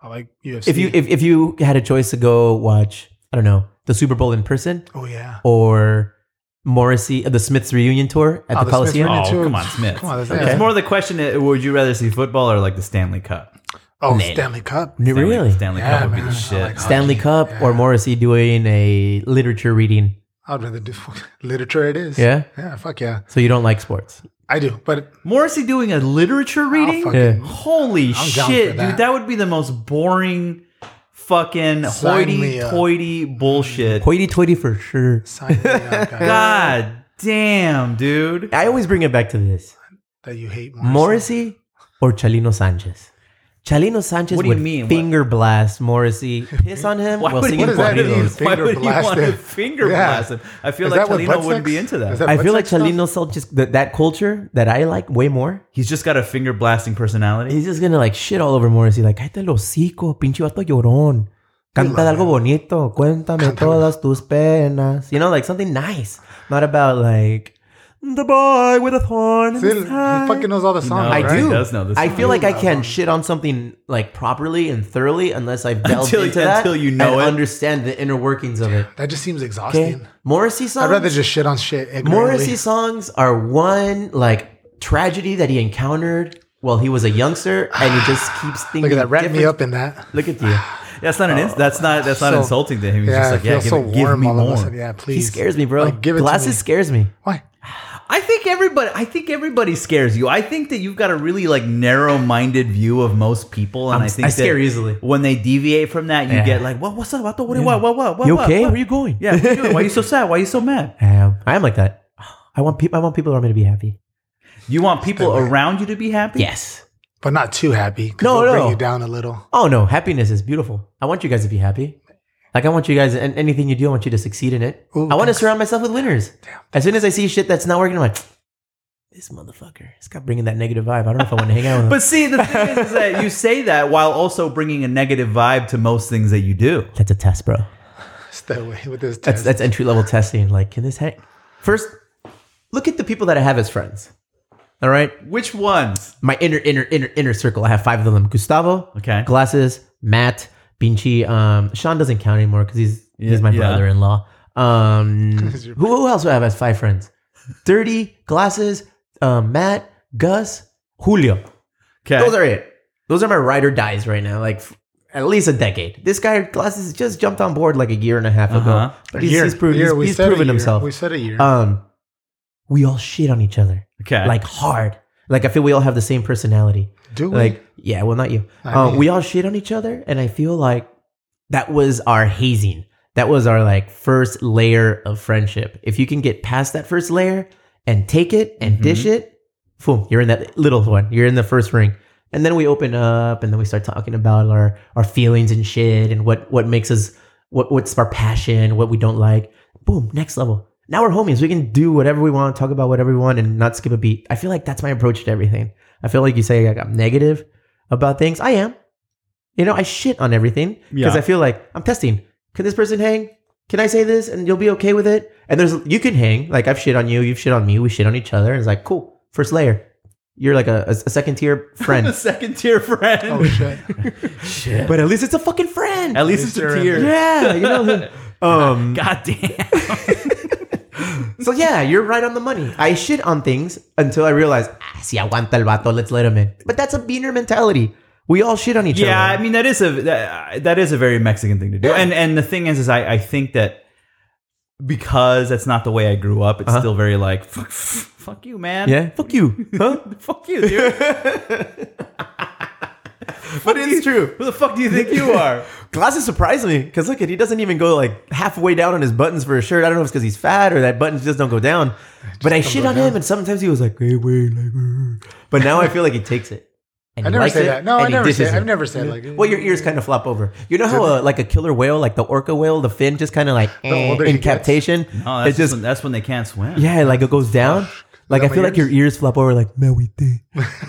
S3: I like UFC.
S2: If you if, if you had a choice to go watch, I don't know, the Super Bowl in person
S3: oh yeah,
S2: or Morrissey, the Smiths reunion tour at
S3: Oh,
S2: the
S3: the Smiths
S2: Coliseum.
S3: reunion.
S1: Oh,
S3: Me too.
S1: come on, Smith.
S3: Come on, that's-
S1: It's
S3: yeah.
S1: more the question: uh, Would you rather see football or like the Stanley Cup?
S3: oh
S2: Man.
S3: Stanley Cup.
S2: No,
S1: Stanley,
S2: really?
S1: Stanley
S3: Yeah,
S1: Cup would be
S3: man,
S1: the
S3: I
S1: shit.
S3: like hockey.
S2: Stanley Cup or Morrissey doing a literature reading.
S3: I'd rather do *laughs* literature. It is.
S2: Yeah.
S3: Yeah. Fuck yeah.
S2: So you don't like sports.
S3: I do, but
S1: Morrissey doing a literature reading?
S3: I'll fucking
S1: Holy
S3: I'm down
S1: shit,
S3: for that.
S1: dude! That would be the most boring, fucking
S3: Sign me up.
S1: hoity-toity bullshit.
S2: Hoity toity for sure.
S3: sign me
S2: *laughs*
S3: up, guys,
S1: God damn, dude!
S2: I always bring it back to this
S3: that you hate Morrissey.
S2: Morrissey or Chalino Sanchez. Chalino Sanchez
S1: What do you
S2: would
S1: mean? What-
S2: finger blast Morrissey, piss on him
S1: Why
S2: while
S1: would-
S2: singing
S1: what
S3: does that mean?
S2: corridos.
S1: Why
S3: Finger
S1: would you
S3: blast
S1: want to
S3: him.
S1: finger
S3: Yeah.
S1: blast him? I feel
S3: Is
S1: like
S3: that what butt
S1: Chalino wouldn't
S3: sex-
S1: be into that.
S3: is that
S2: I
S3: butt
S2: feel like
S3: sex stuff?
S2: Chalino Sanchez, that, that culture that I like way more,
S1: He's just got a finger blasting personality.
S2: he's just gonna like shit all over Morrissey. Like, cállate el hocico, pinche vato llorón. Canta de algo bonito. Cuéntame todas tus penas. You know, like something nice. Not about like, The boy with a thorn. in
S3: See,
S2: his
S3: he
S2: side.
S3: fucking knows all the songs.
S1: No,
S2: I
S1: right?
S3: right?
S2: do.
S1: He does know this
S2: I
S1: song.
S2: feel like I
S3: Wow.
S2: can't shit on something like properly and thoroughly unless I've delved
S1: Until-
S2: into that
S1: until you know
S2: and
S1: it.
S2: understand the inner workings of it.
S3: That just seems
S2: Okay,
S3: exhausting.
S2: Morrissey songs.
S3: I'd rather just shit on shit.
S2: Morrissey
S3: ignorantly.
S2: songs are one like tragedy that he encountered while he was a youngster, and he just keeps thinking.
S3: Look at that. Wrap
S2: different-
S3: me up in that.
S2: Look *sighs* at you.
S1: That's not an. Ins- that's not. That's not
S3: Oh. So-
S1: insulting to him. He's
S3: Yeah,
S1: just
S3: I
S1: like, yeah,
S3: feel
S1: give,
S3: so
S1: it- give
S3: warm
S1: me
S3: all
S1: more.
S3: of a sudden. Yeah, please.
S2: He scares me, bro.
S3: Like, give it to
S2: Glasses
S3: me.
S2: scares me.
S3: Why?
S1: I think everybody. I think everybody scares you. I think that you've got a really like narrow-minded view of most people, and
S2: I'm-
S1: i think
S2: I
S1: that
S2: scare easily.
S1: When they deviate from that, you
S2: Yeah.
S1: get like, "What? What's up? What? the- What? What? What? What? what
S2: You
S1: what,
S2: okay?
S1: What?
S2: Where you going?
S1: Yeah.
S3: *laughs*
S1: What you doing? Why are you so sad? Why are you so mad?
S2: I am. I am like that. I want people. I want people around me to be happy.
S1: You want people around you to be happy?
S2: Yes.
S3: But not too happy. 'cause
S2: No,
S3: it'll
S2: no.
S3: Bring you down a little. *laughs*
S2: Oh no, happiness is beautiful. I want you guys to be happy. Like I want you guys, and anything you do, I want you to succeed in it.
S3: Ooh,
S2: I want to
S3: thanks.
S2: surround myself with winners. As soon as I see shit that's not working, I'm like, this motherfucker. It's got bringing that negative vibe. I don't know if I want to hang
S3: *laughs*
S2: out with him.
S1: But see, the thing is, is that you say that while also bringing a negative vibe to most things that you do.
S2: *laughs* that's a test, bro.
S3: Stay away with this
S2: That's
S3: test.
S2: that's entry level testing. Like, can this hang? First, look at the people that I have as friends. All right,
S1: Which ones?
S2: my inner inner inner inner circle. I have five of them: Gustavo,
S1: Okay.
S2: Glasses, Matt, Binchy. Um, Sean doesn't count anymore because he's
S1: Yeah,
S2: he's my
S1: yeah.
S2: brother in law.
S1: *laughs*
S2: Um,
S3: He's
S2: who,
S3: your-
S2: who else do I have as five friends? Dirty, Glasses, um, Matt, Gus, Julio.
S1: Okay.
S2: Those are it. Those are my ride or dies right now. Like f- at least a decade. This guy Glasses just jumped on board like a year and a half
S1: Uh-huh.
S2: ago, but he's, he's proven he's,
S3: we
S2: he's
S3: said a
S2: proven
S3: year.
S2: himself.
S3: We said a year.
S2: Um, we all shit on each other
S1: okay.
S2: like hard. Like I feel we all have the same personality
S3: Do we?
S2: like yeah well not you
S3: I
S2: um,
S3: mean-
S2: we all shit on each other and i feel like that was our hazing that was our like first layer of friendship if you can get past that first layer and take it and dish it boom you're in that little one you're in the first ring and then we open up and then we start talking about our our feelings and shit and what what makes us what what's our passion what we don't like boom next level now we're homies we can do whatever we want talk about whatever we want and not skip a beat i feel like that's my approach to everything I feel like you say like, I'm negative about things. I am. You know, I shit on everything because
S1: Yeah.
S2: I feel like I'm testing. Can this person hang? Can I say this and you'll be okay with it? And there's you can hang. Like I've shit on you, you've shit on me, we shit on each other. And it's like cool. First layer, you're like a, a, a second tier
S1: the
S2: friend,
S1: *laughs* second tier friend.
S3: *laughs* oh shit.
S1: shit.
S2: *laughs* but at least it's a fucking friend.
S1: At least it's
S3: Sure.
S1: a tier.
S2: yeah, you *laughs* know. Um,
S1: God damn.
S2: so yeah, you're right on the money. I shit on things until I realize, ah, si aguanta el vato, let's let him in. But that's a beaner mentality. We all shit on each
S1: yeah, I
S2: other.
S1: mean that is a that, that is a very Mexican thing to do. And and the thing is, is I, I think that because that's not the way I grew up, it's
S2: Uh-huh.
S1: still very like fuck, fuck you, man.
S2: Fuck you. Huh? *laughs*
S1: Fuck you, dude.
S2: But it's true.
S1: Who the fuck do you think you
S2: *laughs*
S1: are?
S2: Glasses surprised me because look at he doesn't even go like halfway down on his buttons for a shirt. I don't know if it's because he's fat or that buttons just don't go down. But I shit on him, and sometimes he was like, "Hey, wait," like, "Grr." but now I feel like he takes it. And
S3: *laughs* I
S2: he
S3: never
S2: likes
S3: say
S2: it,
S3: that. No,
S2: and
S3: I
S2: he
S3: never say.
S2: dishes
S3: I've
S2: it.
S3: never said like.
S2: Well, your ears kind of flop over. You know how uh, like a killer whale, like the orca whale, the fin just kind of like eh,
S3: older he
S2: in
S3: gets.
S2: captation.
S1: Oh,
S2: it
S1: that's
S2: just
S1: when, that's when they can't swim.
S2: yeah, like it goes down. Like
S3: that
S2: I
S3: my
S2: feel like your ears flop over, like no, we
S3: *laughs*
S2: did.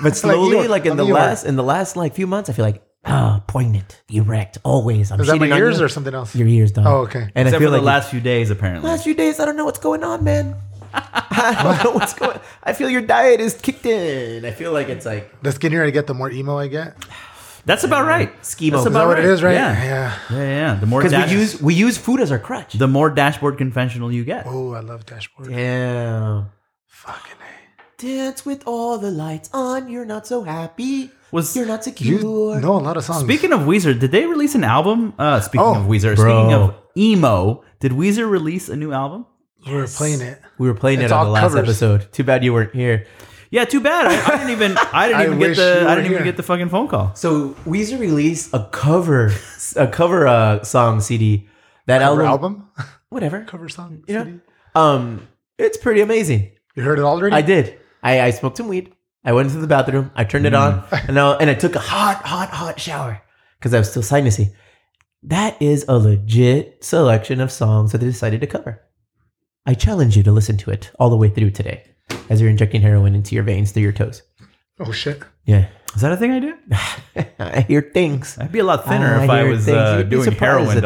S2: But slowly, like,
S3: Eeyore.
S2: in
S3: I'm
S2: the
S3: Eeyore.
S2: last, in the last like few months, I feel like ah, poignant, erect, always. I'm
S3: Is that
S2: shitting
S3: my
S2: on
S3: ears
S2: you.
S3: or something else?
S2: your ears, dog.
S3: Oh, okay.
S2: And
S1: Except
S2: I feel
S1: for the
S2: like
S1: last few days, apparently.
S2: last few days, I don't know what's going on, man. *laughs* I don't know what's going. I feel your diet is kicked in. I feel like it's like
S3: The skinnier I get, the more emo I get. Is
S1: that's about right.
S2: Schemo.
S1: That's
S2: Is that
S1: about
S3: that what it is, right?
S1: Yeah, yeah. yeah. The more
S2: because
S1: dash-
S2: we use we use food as our crutch.
S1: the more dashboard conventional you get.
S3: Oh, I love dashboard.
S2: Damn.
S3: Fucking A.
S2: Dance with all the lights on. You're not so happy.
S1: Was-
S2: you're not
S3: You
S2: secure.
S3: know a lot of songs.
S1: Speaking of Weezer, did they release an album? Uh, speaking
S3: Oh,
S1: of Weezer,
S2: bro.
S1: speaking of emo, did Weezer release a new album?
S3: we were playing it.
S2: We were playing
S3: It's
S2: it on
S3: all
S2: the last
S3: covers.
S2: episode. Too bad you weren't here.
S1: Yeah, too bad. I, I didn't even. I didn't
S3: *laughs* I
S1: even get
S3: wish
S1: the.
S3: you
S1: I
S3: were
S1: didn't even
S3: here.
S1: get the fucking phone call.
S2: So Weezer released a cover, a cover uh, song CD. That
S3: Cover
S2: album,
S3: album,
S2: whatever.
S3: cover song.
S2: Yeah.
S3: CD?
S2: Um, it's pretty amazing.
S3: You heard it already.
S2: I did. I, I smoked some weed. I went into the bathroom. I turned it on, and I, and I took a hot, hot, hot shower because I was still sinusy. That is a legit selection of songs that they decided to cover. I challenge you to listen to it all the way through today, as you're injecting heroin into your veins through your toes. *laughs*
S3: Oh shit.
S2: Yeah,
S1: Is that a thing I do? *laughs*
S2: I hear things.
S1: I'd be a lot thinner if I
S2: hear
S1: was
S2: things.
S1: uh,
S2: You'd be
S1: doing
S2: surprised
S1: heroin.
S2: at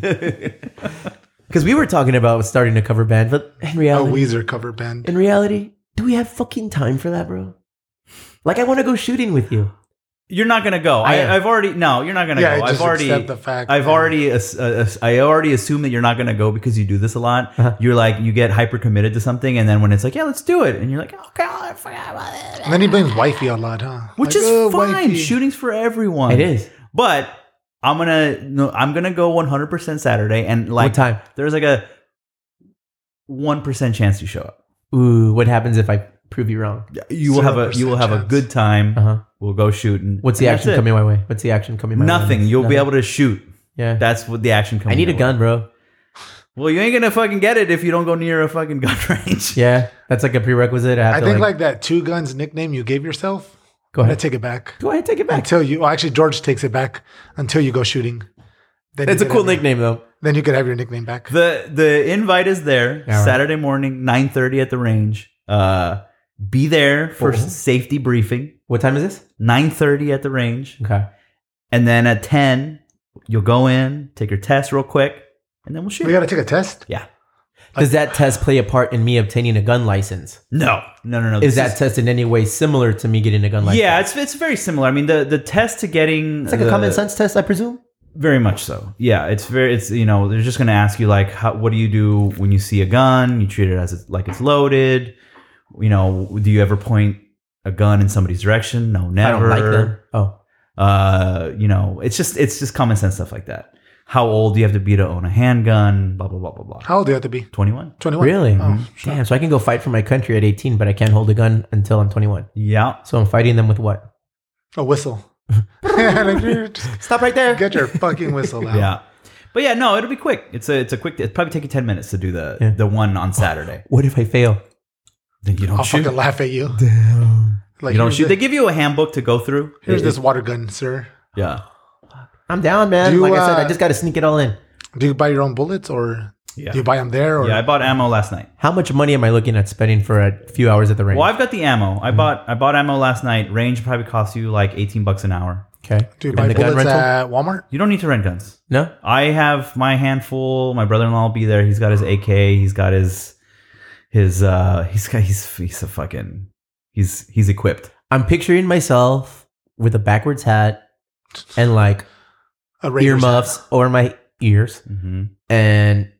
S1: Dog.
S2: things that- Because we were talking about starting a cover band, but in
S3: A
S2: reality,
S3: Weezer cover band.
S2: in reality, do we have fucking time for that, bro? Like, I want to go shooting with you.
S1: *laughs* You're not gonna go.
S2: I
S1: I,
S2: am.
S1: I've already no. You're not gonna
S3: yeah,
S1: go.
S3: I just
S1: I've already.
S3: accept the fact.
S1: I've
S3: that-
S1: already. ass- uh, ass- I already assume that you're not gonna go because you do this a lot.
S2: Uh-huh.
S1: You're like you get hyper committed to something, and then when it's like, yeah, let's do it, and you're like, okay, I forgot about it.
S3: And then he blames wifey a lot, huh?
S1: which
S3: Like,
S1: is
S3: "Oh,
S1: fine.
S3: wifey."
S1: Shooting's for everyone.
S2: It is.
S1: but I'm gonna. No, I'm gonna go 100 percent Saturday, and
S2: Like,
S1: like
S2: what time?
S1: there's like a one percent chance you show up.
S2: Ooh, what happens if I prove you wrong?
S1: You will have a you will
S3: 0%
S1: have a
S3: chance.
S1: good time.
S2: Uh huh.
S1: We'll go shooting.
S2: What's the
S1: And
S2: action
S1: that's it.
S2: coming my way? What's the action coming my way?
S1: Nothing. You'll be able to shoot.
S2: Yeah.
S1: That's what the action coming.
S2: I need a
S1: your way.
S2: gun, bro.
S1: Well, you ain't gonna fucking get it if you don't go near a fucking gun *laughs* range.
S2: Yeah, that's like a prerequisite. I, have
S3: I
S2: to
S3: think like that two guns nickname you gave yourself.
S2: go
S3: I'm gonna
S2: ahead,
S3: take it back
S2: go ahead, take it *laughs* back.
S3: until you. Well, actually, George takes it back until you go shooting. Then you
S2: It's a
S3: could
S2: cool
S3: have your-
S2: nickname though.
S3: Then you could have your nickname back.
S1: The the invite is there
S2: Yeah, right.
S1: Saturday morning, nine thirty at the range. Uh, be there for
S2: Oh.
S1: safety briefing.
S2: What time is this?
S1: Nine thirty at the range,
S2: Okay.
S1: and then at ten, you'll go in, take your test real quick, and then we'll shoot.
S3: we gotta take a test.
S2: Does that test play a part in me obtaining a gun license?
S1: no, no, no, no. This
S2: Is that test in any way similar to me getting a gun license?
S1: yeah, it's it's very similar. I mean, the the test to getting
S2: it's like a
S1: the-
S2: common sense test, I presume.
S1: Very much so. Yeah, it's very. It's you know they're just going to ask you like, how, what do you do when you see a gun? You treat it as it's like it's loaded. You know, do you ever point a gun in somebody's direction? No,
S2: I don't
S1: never.
S2: like them. Oh,
S1: Uh, you know, it's just it's just common sense stuff like that. How old do you have to be to own a handgun? Blah blah blah blah blah.
S3: How old do you have to be?
S1: Twenty one.
S3: Twenty-one.
S2: really? Mm-hmm.
S3: Oh, sure.
S2: Damn. So I can go fight for my country at 18, but I can't hold a gun until I'm 21.
S1: Yeah.
S2: So I'm fighting them with what?
S3: A whistle. *laughs* Get
S2: Stop right there.
S3: your fucking whistle out.
S1: Yeah. But yeah, no, it'll be quick. It's a it's a quick. It probably take you ten minutes to do the
S2: Yeah.
S1: the one on Saturday.
S2: What if I fail?
S1: then you don't
S3: I'll
S1: shoot.
S3: fucking laugh at you.
S2: Damn.
S3: Like
S1: You don't
S3: here's
S1: shoot.
S3: thi-
S1: They give you a handbook to go through.
S3: here's
S1: It-
S3: this water gun, sir.
S1: Yeah.
S2: I'm down, man.
S3: Do you,
S2: like I said,
S3: uh,
S2: I just got to sneak it all in.
S3: Do you buy your own bullets or
S1: Yeah.
S3: do you buy them there? Or
S1: Yeah, I bought ammo last night.
S2: How much money am I looking at spending for a few hours at the range?
S1: Well, I've got the ammo.
S3: Mm-hmm.
S1: I bought I bought ammo last night. Range probably costs you like eighteen bucks an hour.
S2: Okay.
S3: do you
S2: And
S3: buy
S2: the gun
S3: bullets
S2: rental?
S3: at Walmart?
S1: You don't need to rent guns.
S2: No.
S1: I have my handful. My brother in law will be there. He's got his AK. He's got his his uh he's got he's he's a fucking he's he's equipped.
S2: I'm picturing myself with a backwards hat and like
S3: A Raiders
S2: earmuffs over my ears
S1: Mm-hmm.
S2: and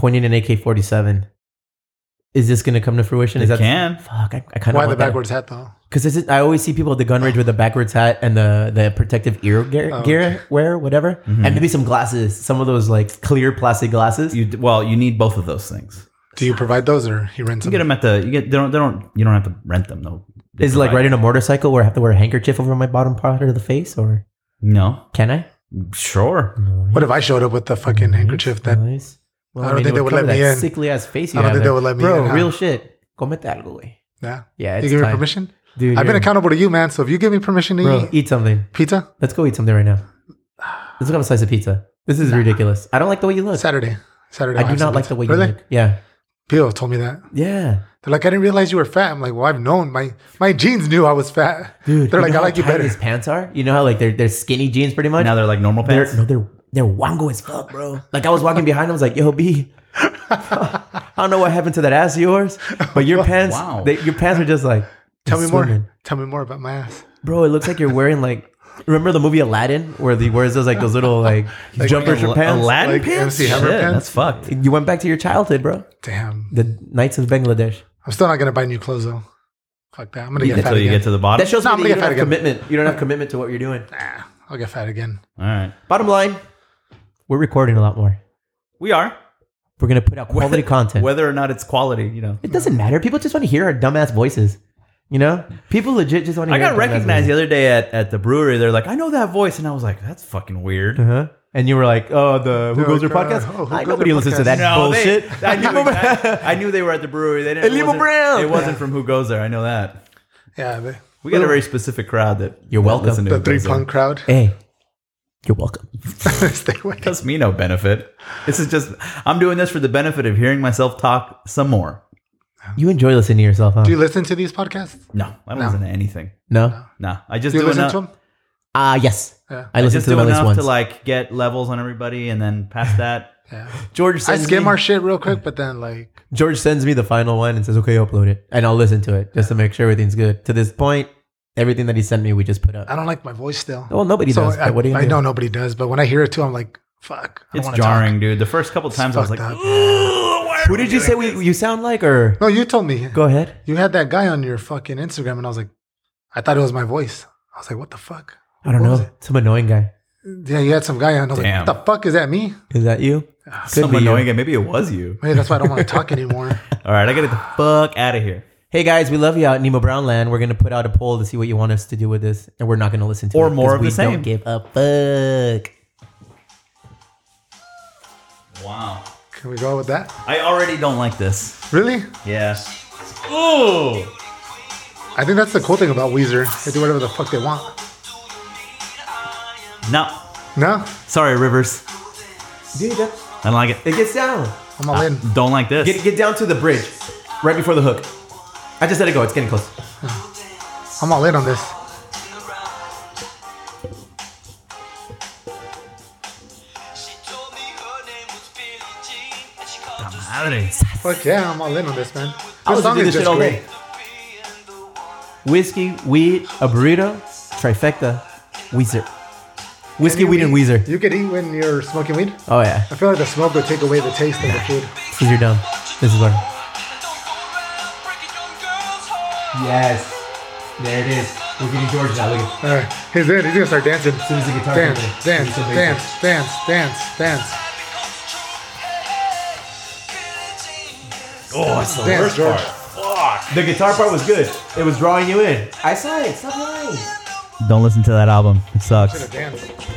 S2: pointing an AK-47. Is this going to come to fruition?
S1: It
S2: Is that
S1: can.
S2: fuck? I, I
S3: hat?
S2: kind
S3: Why
S2: of
S3: the backwards hat though?
S2: Because I always see people at the gun range with a backwards hat and the the protective ear gear,
S3: Oh,
S2: gear
S3: okay.
S2: wear, whatever,
S1: Mhm.
S2: and maybe some glasses, some of those like clear plastic glasses.
S1: You d- well, you need both of those things.
S3: Do you provide those or he rents
S1: You get
S3: them?
S1: them at the you get they don't they don't you don't have to rent them though. They
S2: Is it like
S1: provide-
S2: riding a motorcycle where I have to wear a handkerchief over my bottom part of the face, or
S1: No,
S2: can I?
S1: sure.
S3: What if I showed up with the fucking handkerchief that
S2: Nice. Well,
S3: I don't think
S2: it
S3: they would let
S2: cover
S3: me
S2: that
S3: in.
S2: Sickly ass face. You
S3: I don't
S2: have
S3: think they
S2: there.
S3: would let me
S2: Bro,
S3: in, huh?
S2: real shit. Comete algo, güey.
S3: yeah?
S2: Yeah,
S3: You
S2: Mm-hmm. it's
S3: give me
S2: time.
S3: permission?
S2: Dude,
S3: I've been
S2: you're-
S3: accountable to you, man. So if you give me permission to
S2: Bro,
S3: eat
S2: eat something.
S3: pizza
S2: Let's go eat something right
S3: *sighs*
S2: now. Let's grab a slice of pizza. This is ridiculous. I don't like the way you look.
S3: Saturday. Saturday.
S2: I
S3: I'll
S2: do
S3: have
S2: not
S3: some
S2: like
S3: pizza.
S2: the way you
S3: really?
S2: look. Yeah.
S3: People told me that.
S2: Yeah.
S3: They're like, I didn't realize you were fat. I'm like, well, I've known my my jeans knew I was fat.
S2: Dude,
S3: They're
S2: you
S3: like,
S2: know
S3: I
S2: how
S3: like you
S2: tight
S3: better.
S2: His pants are. You know how like they're they're skinny jeans pretty much.
S1: Now they're like normal
S2: they're
S1: pants.
S2: no, they're they're wongo as fuck, bro. Like I was walking behind, I was like, "Yo, B, I don't know what happened to that ass of yours, but
S3: *laughs*
S2: your pants,
S1: Wow.
S2: they, your pants are just like
S3: Tell me
S2: swimming.
S3: more. Tell me more about my ass.
S2: bro. It looks like you're wearing like." Remember the movie Aladdin, where he wears those like those little like,
S3: *laughs*
S2: jumpers or
S1: Al-
S2: pants?
S1: Aladdin
S3: Like
S1: pants.
S3: MC Hammer
S1: Shit,
S3: pants?
S1: that's fucked.
S2: You went back to your childhood, bro.
S3: Damn.
S2: The Knights of Bangladesh.
S3: I'm still not gonna buy new clothes though. Fuck that. I'm gonna get fat
S1: Until you
S3: again.
S1: get to the bottom.
S2: That shows
S3: No,
S2: me
S3: I'm
S2: that you
S3: gonna get
S2: don't
S3: fat
S2: have
S3: again.
S2: commitment. You don't
S3: *laughs*
S2: have commitment to what you're doing.
S3: Nah, I'll get fat again.
S1: All right,
S2: Bottom line, we're recording a lot more.
S1: we are.
S2: We're gonna put out quality content.
S1: whether or not it's quality. You know,
S2: It doesn't matter. People just want to hear our dumbass voices. You know, people legit just want to.
S1: I
S2: hear
S1: got
S2: our dumbass
S1: recognized the
S2: voices.
S1: other day at, at the brewery. They're like, I know that voice, and I was like, that's fucking weird.
S2: Uh-huh. And you were like, "Oh, the Who
S3: They're
S2: Goes Your
S3: like, uh,
S2: Podcast."
S3: oh, Who
S2: I-
S3: Goes
S2: nobody
S3: Your
S2: listens to
S3: Podcast?
S1: *laughs*
S2: that
S1: No, they- *laughs*
S2: bullshit.
S1: I,
S2: *laughs*
S1: knew exact- I knew they were at the brewery. They didn't.
S2: Elimo
S1: it wasn't-
S2: Brown.
S1: It wasn't from Who Goes There. I know that.
S3: Yeah, the,
S1: We got a very specific crowd that
S2: You're
S1: that
S2: welcome.
S1: listen to
S3: the
S1: Who
S3: three
S1: Goes There.
S2: *laughs*
S3: punk crowd. *laughs*
S2: hey, you're welcome.
S3: Stay away.
S1: Does me no benefit. This is just I'm doing this for the benefit of hearing myself talk some more.
S2: You enjoy listening to yourself, huh?
S3: Do you listen to these podcasts?
S1: No, I don't listen to anything.
S2: no.
S1: Nah, I just
S3: Do you
S1: do,
S3: listen
S1: enough.
S3: to them?
S2: Ah, yes.
S3: Yeah.
S2: I
S1: I
S2: listened
S1: just
S2: to them
S1: do
S2: at least
S1: enough
S2: once.
S1: to like get levels on everybody, and then past that,
S3: Yeah.
S2: George
S3: I
S2: sends
S3: skim
S2: me,
S3: our shit real quick, but then like
S2: George sends me the final one and says, "Okay, upload it," and I'll listen to it just to make sure everything's good. To this point, everything that he sent me, we just put up.
S3: I don't like my voice still.
S2: Well, nobody
S3: Oh. so
S2: does.
S3: I,
S2: but what do you
S3: I
S2: do?
S3: know nobody does, but when I hear it too, I'm like, fuck. I don't
S1: It's
S3: wanna
S1: jarring, dude. The first couple times I was like,
S3: fucked up.
S1: "Ugh, why are
S2: Who did you say
S1: doing
S2: we,
S1: this?"
S2: you sound like? Or
S3: Talk. No, you told me
S2: go ahead.
S3: you had that guy on your fucking Instagram, and I was like, I thought it was my voice. I was like, what the fuck?
S2: I don't
S3: What was
S2: know. Some annoying guy.
S3: Yeah, you had some guy on. I was
S1: Damn.
S3: like, what the fuck is that? Me?
S2: Is that you? Could
S1: Some
S2: be you.
S1: annoying guy. Maybe it was you. *laughs*
S3: Maybe that's why I don't want to talk
S2: *laughs*
S3: anymore.
S1: All right, I gotta get the fuck out of here.
S2: Hey guys, we love you out in Nemo Brownland. We're gonna put out a poll to see what you want us to do with this, and we're not gonna listen to
S1: Or
S2: it 'cause
S1: more of
S2: we
S1: the same.
S2: Don't give a fuck.
S1: Wow.
S3: Can we go with that?
S1: I already don't like this.
S3: Really?
S1: Yeah. Ooh.
S3: I think that's the cool thing about Weezer. They do whatever the fuck they want.
S1: No.
S3: No,
S1: Sorry, Rivers.
S2: Dude, that,
S1: I don't like it.
S2: it gets down.
S3: I'm
S2: Ah.
S3: all in.
S1: Don't like this.
S2: Get get down to the bridge, right before the hook. I just let it go. It's getting close.
S3: I'm all in on this.
S1: Madre.
S3: Fuck yeah, I'm all in on this, man.
S2: I listen
S3: This song
S2: to
S3: is
S2: this shit
S3: just
S2: all day.
S3: great.
S2: Whiskey, weed, a burrito, trifecta, Weezer. Whiskey, weed, and Weezer.
S3: You could eat when you're smoking weed.
S2: Oh yeah,
S3: I feel like the smoke would take away the taste of the food.
S2: because you're dumb. This is what. Yes. There it is. We're getting George now. Look at
S3: All right, he's in. He's gonna start dancing.
S2: soon as the guitar
S3: Dance,
S2: comes in.
S3: dance,
S2: It's amazing.
S3: dance, dance, dance, dance.
S1: Oh, it's the
S3: Damn,
S1: worst
S3: George.
S1: part. Fuck.
S2: The guitar part was good. It was drawing you in. I saw it. Stop lying.
S1: Don't listen to that album. It sucks.
S3: Dance.